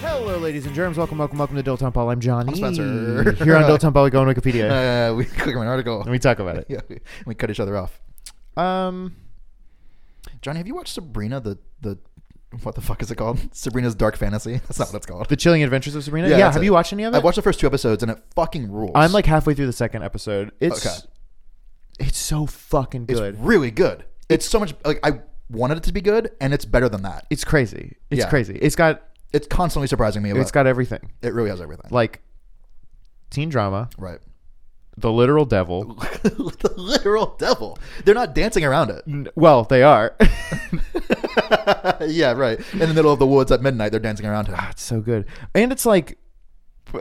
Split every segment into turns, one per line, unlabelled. Hello, ladies and germs. Welcome, welcome, welcome to Dilton Paul. I'm Johnny.
I'm Spencer.
Here on Dilton Paul, we go on Wikipedia
Uh, we click on an article.
and we talk about it.
yeah, we cut each other off.
Um,
Johnny, have you watched Sabrina? The the what the fuck is it called? Sabrina's Dark Fantasy. That's not what it's called.
the Chilling Adventures of Sabrina.
Yeah,
Yeah,
that's
have
it.
you watched any of it?
I've watched the first two episodes and it fucking rules.
I'm like halfway through the second episode. It's
Okay.
it's so fucking
it's
good. It's,
really good. It's so much like I wanted it to be good, and it's better than that.
crazy. It's
Yeah.
crazy. It's got
It's constantly surprising me. About,
it's got everything
it really has everything.
like teen drama,
right.
the literal devil.
the literal devil. They're not dancing around it.
N- Well, they are.
yeah, right. In the middle of the woods at midnight, they're dancing around him.
it's so good, and it's like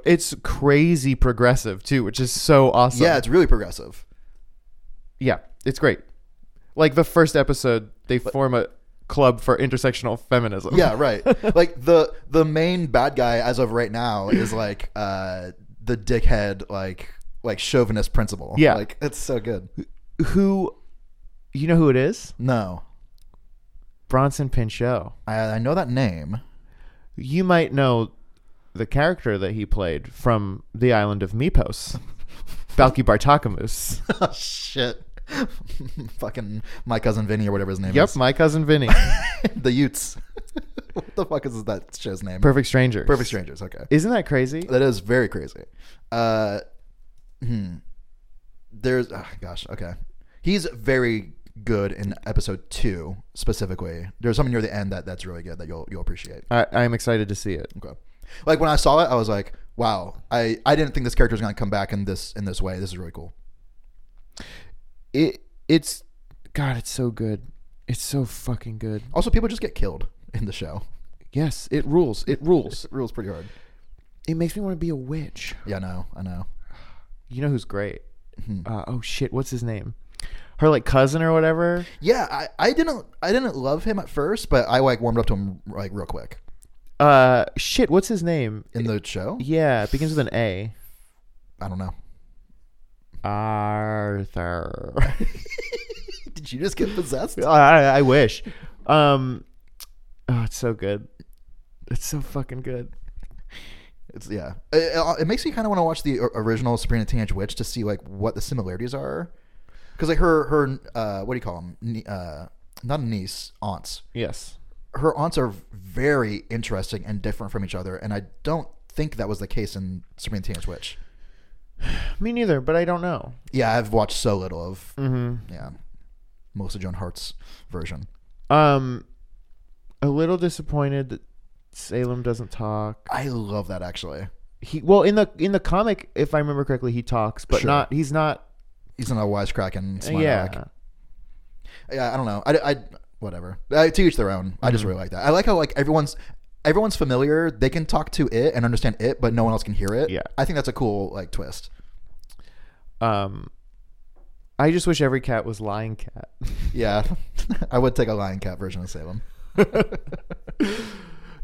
it's crazy progressive too, which is so awesome.
Yeah, it's really progressive.
Yeah, it's great. Like the first episode, they form a club for intersectional feminism.
Yeah, right. like the the main bad guy as of right now is like uh the dickhead like like chauvinist principal.
Yeah.
Like it's so good.
Who, you know who it is?
No.
Bronson Pinchot.
I I know that name.
You might know the character that he played from the island of Mipos, Balky Bartakamus.
oh shit. Fucking my cousin Vinny or whatever his name
yep,
is.
my cousin Vinny.
the Utes. what the fuck is that show's name?
Perfect Stranger.
Perfect Strangers, okay.
Isn't that crazy?
That is very crazy. Uh, hmm. There's, oh, gosh, okay. He's very good in episode two specifically. There's something near the end that that's really good that you'll you'll appreciate.
I, I'm excited to see it.
Okay. Like when I saw it, I was like, wow. I I didn't think this character was gonna come back in this in this way. This is really cool.
It it's God, it's so good. It's so fucking good.
Also, people just get killed in the show.
Yes, it rules. It rules.
It rules pretty hard.
It makes me want to be a witch.
Yeah, I know. I know.
you know who's great? Uh, oh shit, what's his name? Her like cousin or whatever.
Yeah, I, I didn't I didn't love him at first, but I like warmed up to him like real quick
Uh, shit, what's his name?
in the show.
Yeah, it begins with an A.
I don't know.
Arthur.
Did you just get possessed?
I, I wish. Um, oh, it's so good. It's so fucking good.
It's yeah. It, it- it makes me kind of want to watch the o- original Sabrina Teenage Witch to see like what the similarities are, because like her her uh, what do you call them? Uh, not a niece, aunts.
Yes.
Her aunts are very interesting and different from each other, and I don't think that was the case in Sabrina Teenage Witch.
Me neither, but I don't know.
Yeah, I've watched so little of
Mm-hmm.
yeah, most of Joan Hart's version.
Um, a little disappointed that Salem doesn't talk.
I love that actually.
He well in the in the comic, if I remember correctly, he talks, but
Sure.
not. He's not.
He's not a wisecracking. smart
yeah.
aleck. yeah, I don't know. I, I whatever. I, to each their own. I
Mm-hmm.
just really like that. I like how like everyone's everyone's familiar. They can talk to it and understand it, but no one else can hear it.
Yeah.
I think that's a cool like twist.
Um, I just wish every cat was Lion Cat.
Yeah, I would take a lion cat version of Salem.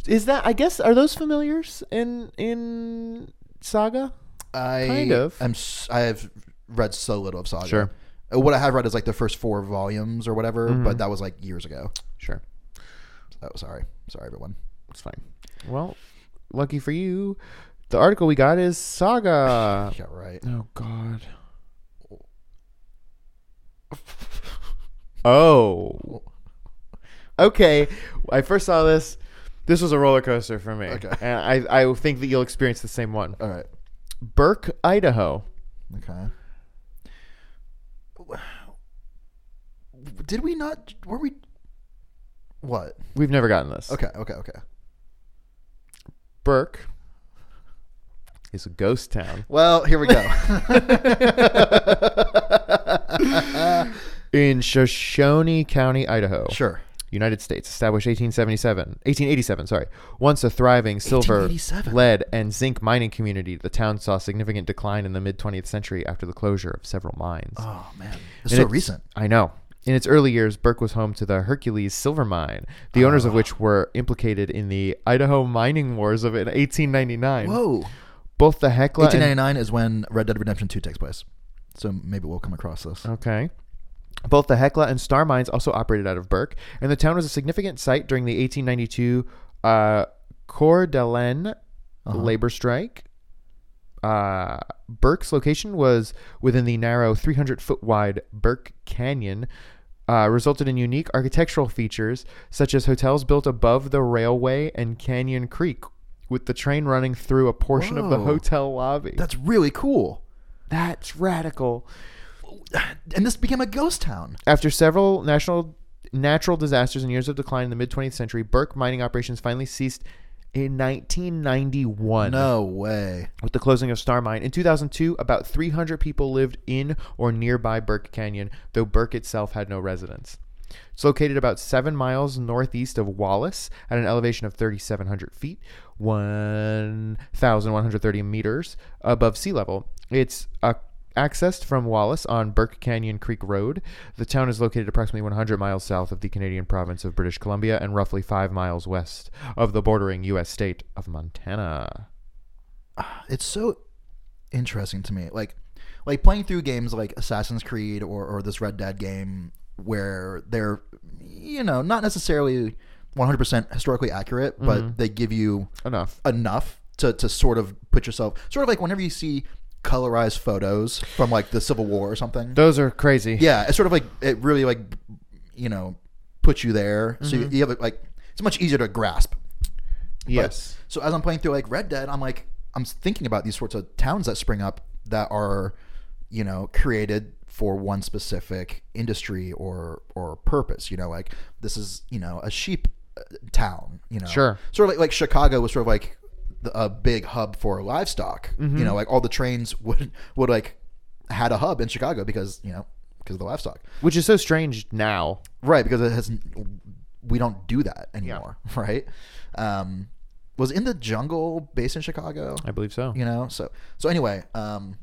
Is that? I guess are those familiars in in Saga?
I
Kind of.
am. s- I have read so little of Saga.
Sure.
Uh, What I have read is like the first four volumes or whatever,
Mm-hmm.
but that was like years ago.
Sure,
Oh, sorry, sorry everyone.
it's fine. Well, lucky for you, the article we got is Saga.
Yeah, right.
oh God. Oh. Okay. I first saw this. This was a roller coaster for me.
Okay.
And I, I think that you'll experience the same one.
All right.
Burke, Idaho.
Okay. Did we not? Were we? What?
We've never gotten this.
Okay, okay, okay.
Burke is a ghost town.
Well, here we go.
In Shoshone County, Idaho.
sure.
United States, established 1877, 1887, sorry. Once a thriving silver,
1887.
lead, and zinc mining community, the town saw significant decline in the mid 20th century after the closure of several mines.
Oh man, it's
In
so
its-
recent.
I know. In its early years, Burke was home to the Hercules silver mine, the owners
Oh.
of which were implicated in the Idaho mining wars of 1899.
Whoa.
Both the Hecla and
1899 is when Red Dead Redemption 2 takes place. So maybe we'll come across this.
Okay. Both the Hecla and Star mines also operated out of Burke, and the town was a significant site during the 1892 uh, Coeur d'Alene labor strike. Uh, Burke's location was within the narrow 300 foot wide Burke Canyon, uh, resulted in unique architectural features such as hotels built above the railway and Canyon Creek, with the train running through a portion of the
Whoa.
hotel lobby.
That's really cool.
That's radical.
And this became a ghost town.
After several national natural disasters and years of decline in the mid 20th century, Burke mining operations finally ceased in 1991
No way.
with the closing of Star Mine. In 2002, about 300 people lived in or nearby Burke Canyon, though Burke itself had no residents. It's located about seven miles northeast of Wallace at an elevation of 3,700 feet, 1,130 meters above sea level. It's uh, accessed from Wallace on Burke Canyon Creek Road. The town is located approximately 100 miles south of the Canadian province of British Columbia and roughly five miles west of the bordering U.S. state of Montana.
It's so interesting to me. Like like playing through games like Assassin's Creed or, or this Red Dead game where they're you know, not necessarily 100% historically accurate, but they give you
Enough.
enough to, to sort of put yourself sort of like whenever you see colorized photos from like the Civil War or something.
Those are crazy.
yeah, it's sort of like it really like you know puts you there. So you, you have like it's much easier to grasp. But-
Yes.
so as I'm playing through like Red Dead, I'm like I'm thinking about these sorts of towns that spring up that are you know created for one specific industry or or purpose. You know, like this is you know a sheep uh, town. You know,
Sure.
Sort of like like Chicago was sort of like the, a big hub for livestock. You know, like all the trains would would like had a hub in Chicago because you know because of the livestock.
Which is so strange now.
Right, because it has we don't do that anymore, right? Um, was in the jungle based in Chicago,
I believe so.
you know. So so anyway, um,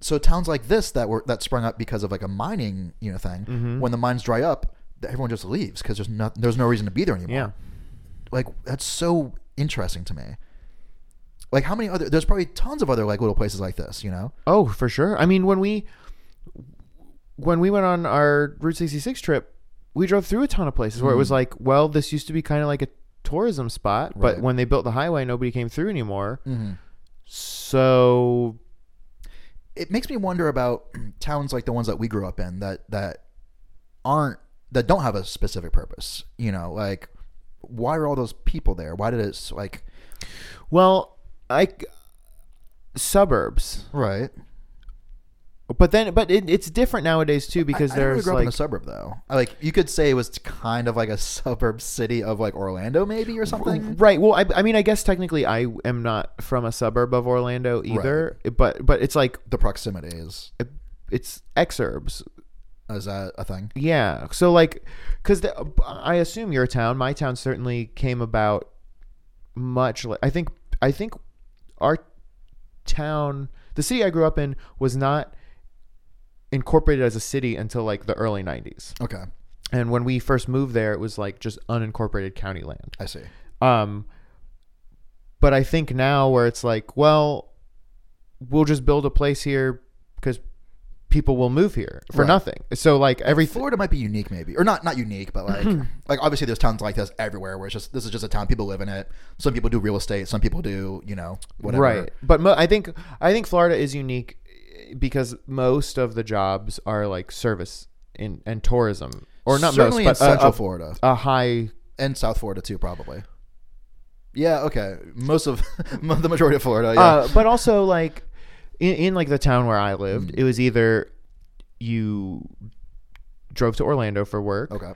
so towns like this that were that sprung up because of like a mining you know thing.
Mm-hmm.
When the mines dry up, th- everyone just leaves because there's not there's no reason to be there anymore.
Yeah.
Like that's so interesting to me. Like how many other? There's probably tons of other like little places like this, you know.
Oh, for sure. I mean, when we when we went on our Route 66 trip, we drove through a ton of places where it was
Mm-hmm.
like, well, this used to be kind of like a tourism spot, but
Right.
when they built the highway, nobody came through anymore. So
it makes me wonder about towns like the ones that we grew up in that that aren't that don't have a specific purpose. You know, like why are all those people there? Why did it's like
well, I suburbs.
right?
But then but it, it's different nowadays too because
I, I didn't really
there's
grew up in a
like
suburb though. Like you could say it was kind of like a suburb city of like Orlando maybe or something.
Oh, Right. Well, I, I mean, I guess technically I am not from a suburb of Orlando either, but but it's like
The proximity is
it's exurbs.
is that a thing?
Yeah. So like, because I assume your town, my town, certainly came about much. Like, I think I think our town, the city I grew up in, was not incorporated as a city until like the early '90s.
Okay,
And when we first moved there, it was like just unincorporated county land.
I see.
Um, but I think now where it's like, well, we'll just build a place here because people will move here for
Right.
nothing. So like everything,
Florida might be unique, maybe, or not not unique, but like like obviously there's towns like this everywhere where it's just this is just a town people live in it. Some people do real estate, some people do you know whatever.
right? But mo- I think I think Florida is unique eh, because most of the jobs are like service in and tourism, or not
Certainly
most,
in
but uh, a-
Central
a-
Florida
a high
and South Florida too, probably. Yeah. Okay. Most of the majority of Florida. Yeah.
Uh, but also like in, in like the town where I lived, it was either you drove to Orlando for work
okay.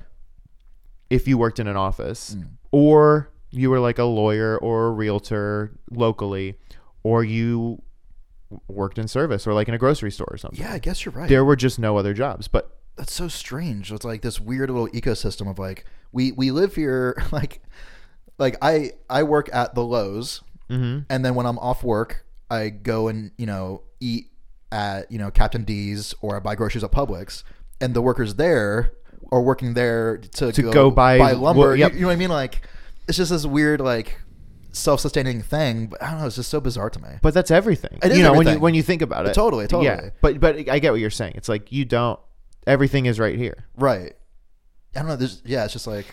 if you worked in an
Mm.
office, or you were like a lawyer or a realtor locally, or you worked in service or like in a grocery store or something.
Yeah, I guess you're right.
There were just no other jobs, but
That's so strange. It's like this weird little ecosystem of like we we live here like like I I work at the Lowe's
mhm.
and then when I'm off work, I go and you know eat at you know Captain D's or I buy groceries at Publix, and the workers there are working there to,
To go buy-
lumber.
well, yep.
you, you know what I mean? Like it's just this weird like self-sustaining thing. But I don't know. It's just so bizarre to me.
But that's everything.
It is
you know, when you
everything.
when you think about it.
Totally, totally.
Yeah. But but I get what you're saying. It's like you don't everything is right here.
right. I don't know. There's yeah. It's just like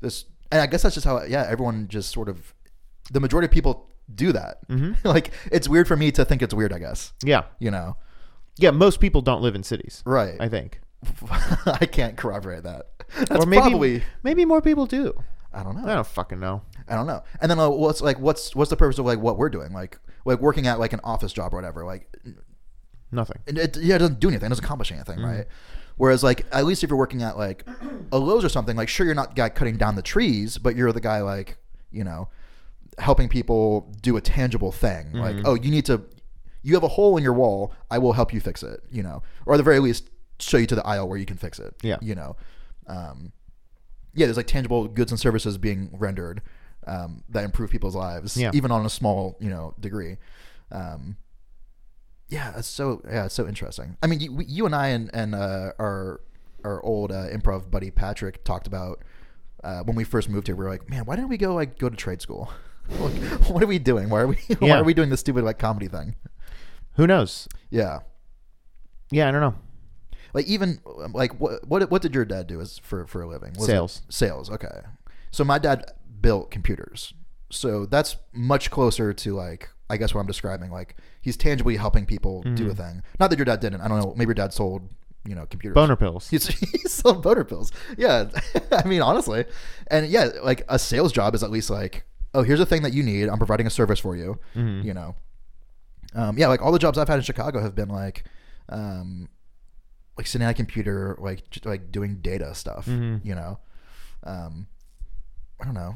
this, and I guess that's just how yeah. Everyone just sort of the majority of people do that. like it's weird for me to think it's weird. I guess
Yeah.
you know.
Yeah, most people don't live in cities.
Right.
I think.
I can't corroborate that. That's
or maybe
probably
maybe more people do.
I don't
I
know.
don't fucking know.
I don't know. And then uh, what's like what's what's the purpose of like what we're doing? Like like working at like an office job or whatever. Like
Nothing.
it, it- yeah, it doesn't do anything. It doesn't accomplish anything,
Mm-hmm.
right? Whereas like at least if you're working at like a Lowe's or something, like sure you're not the guy cutting down the trees, but you're the guy like you know helping people do a tangible thing. Like
Mm-hmm.
oh, you need to you have a hole in your wall. I will help you fix it. You know, or at the very least show you to the aisle where you can fix it.
Yeah.
you know. Um, yeah, there's like tangible goods and services being rendered um, that improve people's lives,
Yeah.
even on a small, you know, degree. Um, yeah, it's so yeah, it's so interesting. I mean, you, we- you and I and and uh, our our old uh, improv buddy Patrick talked about uh, when we first moved here. We were like, man, why didn't we go like go to trade school? like, what are we doing? Why are we why
Yeah.
are we doing this stupid like comedy thing?
Who knows?
Yeah,
Yeah, I don't know.
like even um, like what what what did your dad do as for for a living? Was it-
Sales.
sales. Okay, so my dad built computers, so that's much closer to like I guess what I'm describing. Like he's tangibly helping people do a thing. Not that your dad didn't. I don't know. Maybe your dad sold you know computers.
Boner pills.
He's, he sold boner pills. Yeah, I mean honestly, and yeah, like a sales job is at least like, oh, here's a thing that you need. I'm providing a service for you.
Hmm. Mm-hmm.
You know, um, yeah, like all the jobs I've had in Chicago have been like, um, like sitting at a computer, like j- like doing data stuff. You know, um, I don't know.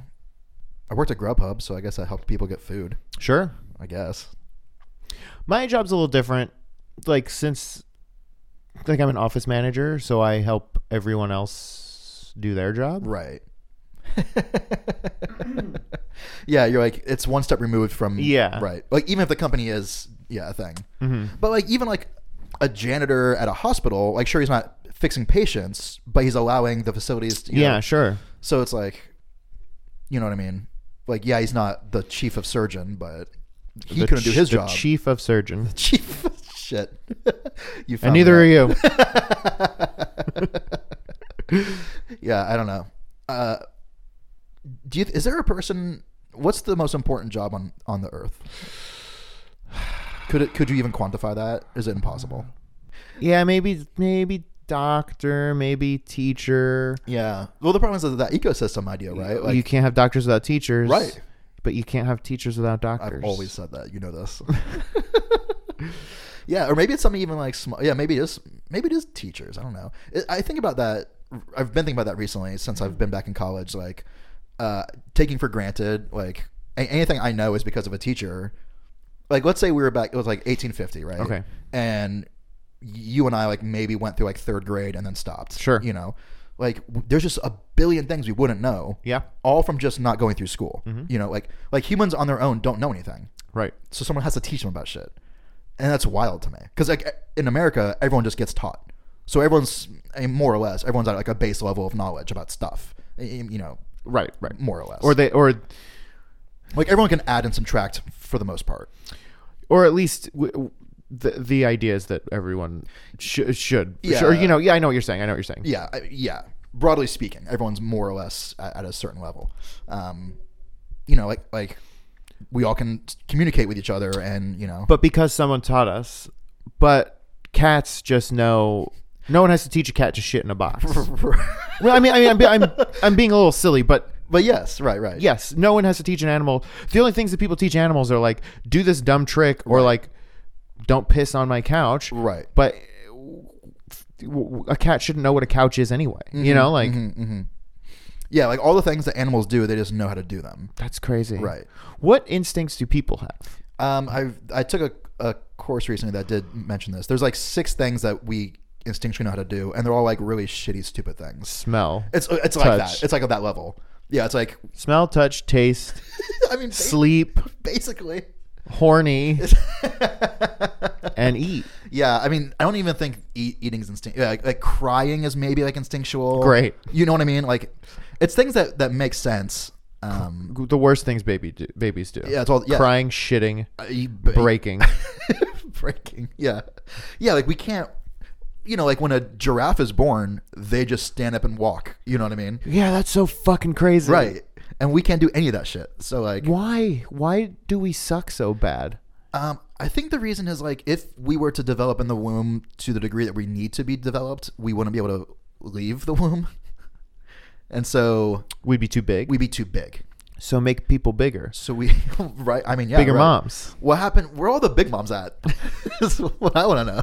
I worked at Grubhub, so I guess I helped people get food.
Sure.
I guess.
My job's a little different. Like since like I'm an office manager, so I help everyone else do their job.
Right. yeah, you're like it's one step removed from
Yeah.
Right. Like even if the company is yeah, a thing.
Mhm.
But like even like a janitor at a hospital, like sure he's not fixing patients, but he's allowing the facilities to you
Yeah,
know-
sure.
so it's like you know what I mean? Like yeah, he's not the chief of surgeon, but he
The
couldn't do
ch-
his
the
job.
Chief of surgeon.
Chief shit. you found
And
me
neither
out.
are you.
yeah, I don't know. Uh, do you? Is there a person? What's the most important job on on the earth? Could it? Could you even quantify that? Is it impossible?
yeah, maybe maybe doctor, maybe teacher.
Yeah. Well, the problem is that ecosystem idea, right?
you
Like
can't have doctors without teachers.
Right.
But you can't have teachers without doctors.
I've always said that. You know this. yeah, or maybe it's something even like small. Yeah, maybe it is. Maybe it is teachers. I don't know. I- I think about that. I've been thinking about that recently since I've been back in college. Like uh, taking for granted, like a- anything I know is because of a teacher. Like let's say we were back. It was like 1850, right?
Okay.
And you and I like maybe went through like third grade and then stopped.
Sure.
You know, like w- there's just a billion things we wouldn't know
Yeah.
all from just not going through school.
Mm-hmm.
You know, like like humans on their own don't know anything,
Right.
so someone has to teach them about shit, and that's wild to me. Because like e, in America, everyone just gets taught, so everyone's I mean, more or less everyone's at like a base level of knowledge about stuff. I- I- You know,
Right. Right.
more or less,
Or they or
like everyone can add and subtract for the most part.
or at least w- w- the the idea is that everyone should should
Yeah.
Sure, you know yeah I know what you're saying I know what you're saying
Yeah, I- yeah. Broadly speaking, everyone's more or less at, at a certain level. Um, you know, like like we all can communicate with each other, and you know,
but because someone taught us but cats just know no one has to teach a cat to shit in a box well I mean I mean I'm, be- I'm I'm being a little silly but
but yes, right, right,
yes no one has to teach an animal the only things that people teach animals are like do this dumb trick or like don't piss on my couch
right.
but w- w- a cat shouldn't know what a couch is anyway
Mm-hmm,
you know like
Yeah, like all the things that animals do, they just know how to do them.
that's crazy
Right.
what instincts do people have
Um, I I took a, a course recently that did mention this. There's like six things that we instinctually know how to do, and they're all like really shitty, stupid things.
Smell.
It's it's like
Touch.
that. It's like at that level. Yeah, it's like
Smell, touch, taste,
I mean, ba-
sleep,
basically.
horny, and eat.
Yeah, I mean, I don't even think eat, eating's instinct. Yeah, like, like crying is maybe like instinctual.
Great.
You know what I mean? Like, it's things that that make sense. Um,
The worst things baby do, babies do.
yeah, it's all yeah.
Crying, shitting,
Uh, you- ba-
breaking.
breaking. Yeah, yeah. Like we can't. You know, like when a giraffe is born, they just stand up and walk. You know what I mean?
yeah, that's so fucking crazy.
Right. And we can't do any of that shit. So like,
Why? Why do we suck so bad?
um, I think the reason is like if we were to develop in the womb to the degree that we need to be developed, we wouldn't be able to leave the womb. And so
We'd be too big.
we'd be too big.
so make people bigger.
So we, right? I mean, yeah,
Bigger
right.
moms.
What happened? Where all the big moms at? That's what I want to know.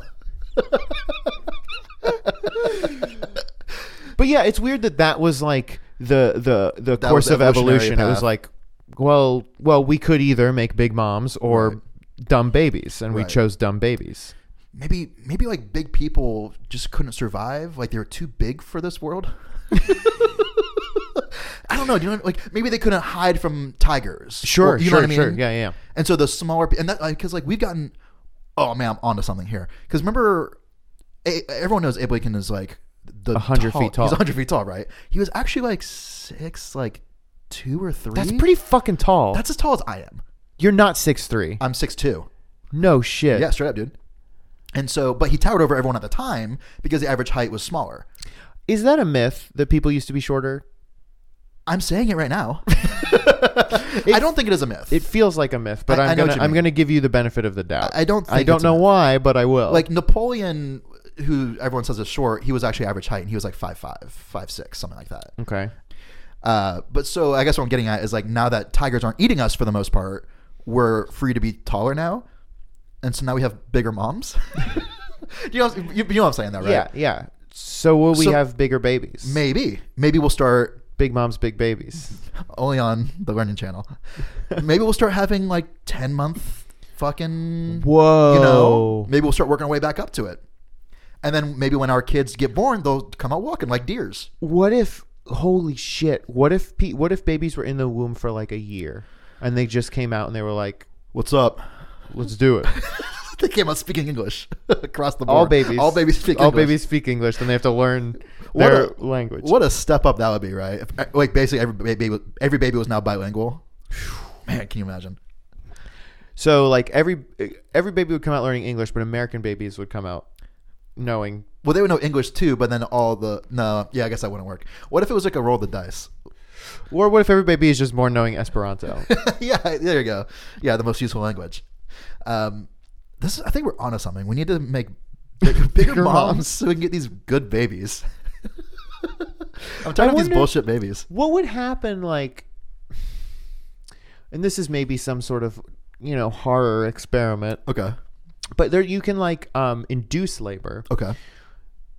But yeah, it's weird that that was like the the the
That
course
was the
of evolution.
evolutionary
It was
path.
like, well, well, we could either make big moms or dumb babies, and we
Right.
chose dumb babies.
Maybe, maybe like big people just couldn't survive. Like they were too big for this world. I don't know. Do you know? Like maybe they couldn't hide from tigers.
Sure,
Or- you
sure,
know what I mean?
sure. Yeah, yeah.
And so the smaller, pe- and that because like, we've gotten, oh man, I'm onto something here. Because remember, a- everyone knows Abe Lincoln is like the
100 feet tall.
He's 100 feet tall, right? He was actually like six, like two or three.
That's pretty fucking tall. Uh,
That's as tall as I am.
You're not six three.
I'm six two.
No shit.
Yeah, straight up, dude. And so, but he towered over everyone at the time because the average height was smaller.
Is that a myth that people used to be shorter?
I'm saying it right now. I don't think it is a myth.
It feels like a myth, but
I-
I,
I
am
know what
gonna
you
I'm
mean.
gonna give you the benefit of the doubt.
I don't
I
think
don't
it's a
know
myth.
why, but I will.
like Napoleon, who everyone says is short, he was actually average height, and he was like five five, five six, something like that.
okay,
Uh, but so I guess what I'm getting at is like now that tigers aren't eating us for the most part, we're free to be taller now, and so now we have bigger moms. you, know, you, you know what I'm saying, though, right?
yeah, yeah. So will we
So-
have bigger babies?
Maybe, maybe we'll start
big moms, big babies.
only on the Learning Channel. maybe we'll start having like ten month fucking
Whoa.
You know, maybe we'll start working our way back up to it, and then maybe when our kids get born, they'll come out walking like deers.
What if? Holy shit! What if? Pe- what if babies were in the womb for like a year, and they just came out and they were like,
What's up?
"Let's do it."
they came out speaking English across the board.
All babies.
All babies speak
All
English.
babies speak English. Then they have to learn
What
their
a-
language.
What a step up that would be, right? If, uh, like basically every baby, every baby was now bilingual. Man, can you imagine?
So like every every baby would come out learning English, but American babies would come out knowing.
Well, they would know English too, but then all the no, yeah, I guess that wouldn't work. What if it was like a roll of the dice?
Or what if every baby is just born knowing Esperanto?
yeah, there you go. Yeah, the most useful language. Um, this is, I think we're onto something. We need to make big, bigger,
Bigger
moms,
moms.
so we can get these good babies. I'm tired
I
of these
wonder-
bullshit babies.
what would happen like? And this is maybe some sort of you know horror experiment,
Okay.
but there you can like um, induce labor.
Okay.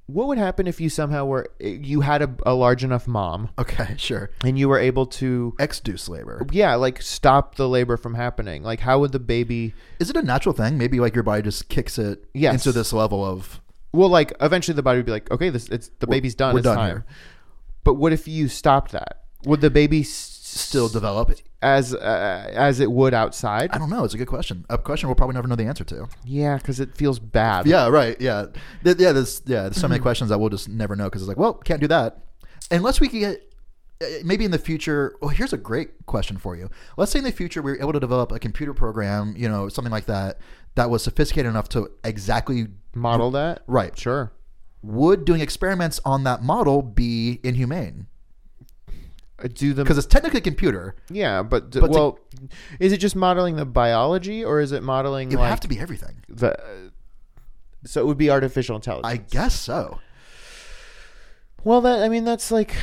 What would happen if you somehow were you had a, a large enough mom
Okay. Sure.
and you were able to
Exduce labor.
yeah like stop the labor from happening? Like how would the baby
Is it a natural thing? Maybe like your body just kicks it
Yes.
into this level of
Well, like eventually the body would be like, okay, this it's the baby's done.
we're
it's
done
time.
here.
But what if you stopped that? Would the baby s-
still develop.
as uh, as it would outside?
I don't know. It's a good question. A question we'll probably never know the answer to.
Yeah, because it feels bad.
Yeah. Right. Yeah. Th- yeah. There's yeah. There's so many questions that we'll just never know because it's like, well, can't do that unless we can get uh, maybe in the future. Well, here's a great question for you. Let's say in the future we were able to develop a computer program, you know, something like that, that was sophisticated enough to exactly
Model that.
right.
Sure.
Would doing experiments on that model be inhumane?
Uh, Do the
Because it's technically a computer.
yeah, but, d
But to-
well, is it just modeling the biology or is it modeling
It would
like
have to be everything.
the? so it would be artificial intelligence.
I guess so.
well, that I mean that's like,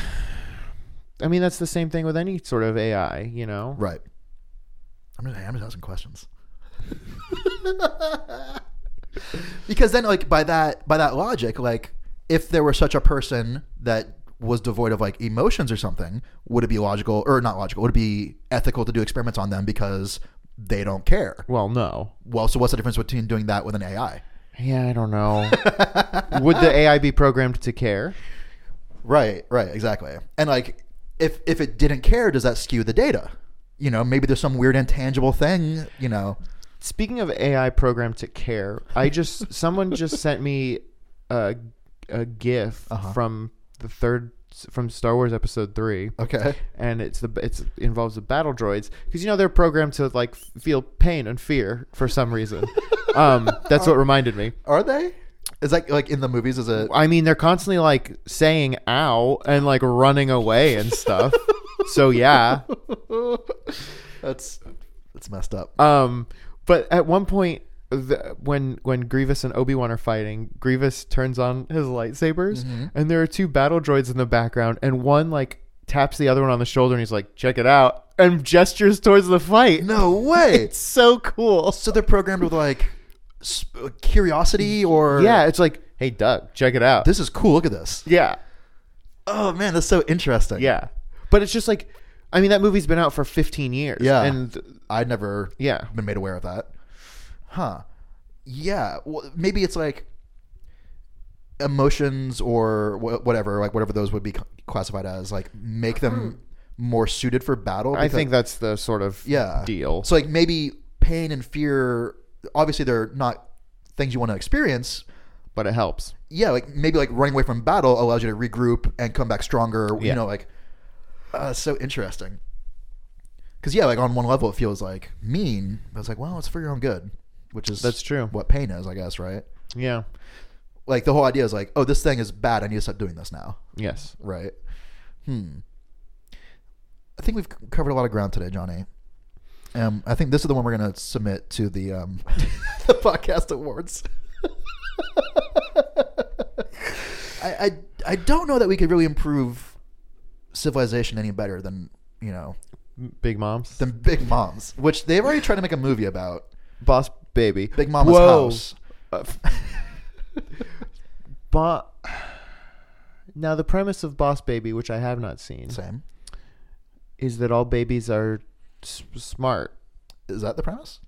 I mean that's the same thing with any sort of AI. You know,
Right. I'm just, I'm just asking questions. because then, like by that by that logic, like if there were such a person that was devoid of like emotions or something, would it be logical or not logical? Would it be ethical to do experiments on them because they don't care.
Well, no.
Well, so what's the difference between doing that with an AI?
Yeah, I don't know. Would the AI be programmed to care?
Right, right, exactly. And like, if if it didn't care, does that skew the data? You know, maybe there's some weird intangible thing. You know,
Speaking of AI programmed to care, I just someone just sent me a a GIF from the third from Star Wars Episode Three.
okay,
and it's the it's involves the battle droids because you know they're programmed to like f- feel pain and fear for some reason. um, that's what reminded me.
are they? Is that like in the movies? Is it?
I mean, they're constantly like saying "ow" and like running away and stuff. so yeah,
That's that's messed up.
um, but at one point. The, when when Grievous and Obi Wan are fighting, Grievous turns on his lightsabers,
Mm-hmm.
and there are two battle droids in the background, and one like taps the other one on the shoulder, and he's like, "Check it out," and gestures towards the fight.
no way.
It's so cool.
so they're programmed with like sp- uh, curiosity or
Yeah, it's like, hey, Doug, check it out.
This is cool. Look at this.
yeah,
Oh man, that's so interesting.
yeah. But it's just like, I mean, that movie's been out for 15 years.
Yeah.
And
I'd never
yeah,
been made aware of that. Huh. Yeah. Well, maybe it's like emotions or wha- whatever, like whatever those would be c- classified as, like make them more suited for battle.
Hmm. I
because-
think that's the sort of
yeah
deal.
So like maybe pain and fear. Obviously, they're not things you want to experience.
but it helps.
Yeah, like maybe like running away from battle allows you to regroup and come back stronger. You
Yeah.
know, like uh, so interesting. Because yeah, like on one level, it feels like mean, but it's like, well, it's for your own good, which is
That's true.
what pain is, I guess, right?
Yeah.
Like the whole idea is like, oh, this thing is bad. I need to stop doing this now,
Yes.
right? Hmm. I think we've c- covered a lot of ground today, Johnny. Um, I think this is the one we're gonna submit to the um, the podcast awards. I, I I don't know that we could really improve civilization any better than you know
M- Big moms.
than Big Moms, which they've already tried to make a movie about.
boss baby.
Big Mama's
Whoa.
house.
Uh, Bo- now the premise of Boss Baby, which I have not seen,
Same.
is that all babies are s- smart.
Is that the premise?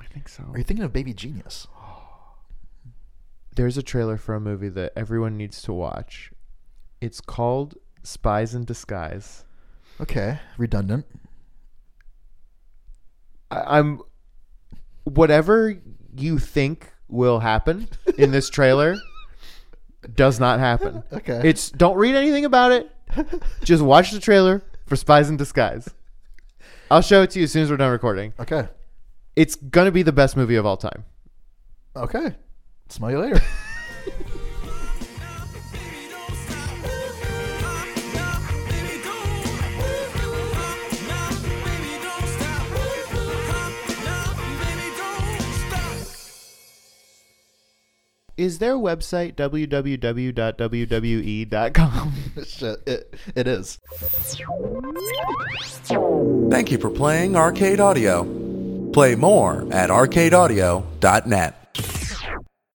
I think so.
Are you thinking of Baby Genius?
there's a trailer for a movie that everyone needs to watch. It's called Spies in Disguise.
Okay, redundant.
I, I'm whatever you think will happen in this trailer does not happen.
Okay.
It's don't read anything about it. Just watch the trailer for Spies in Disguise. I'll show it to you as soon as we're done recording.
okay.
It's gonna be the best movie of all time.
Okay. Smell you later.
Baby, don't stop. Nah, nah, baby, don't. Nah, baby, don't stop. Nah, baby, don't stop.
Is their website E www.wwe.com?
Shit, it, it is.
Thank you for playing Arcade Audio. Play more at arcadeaudio.net.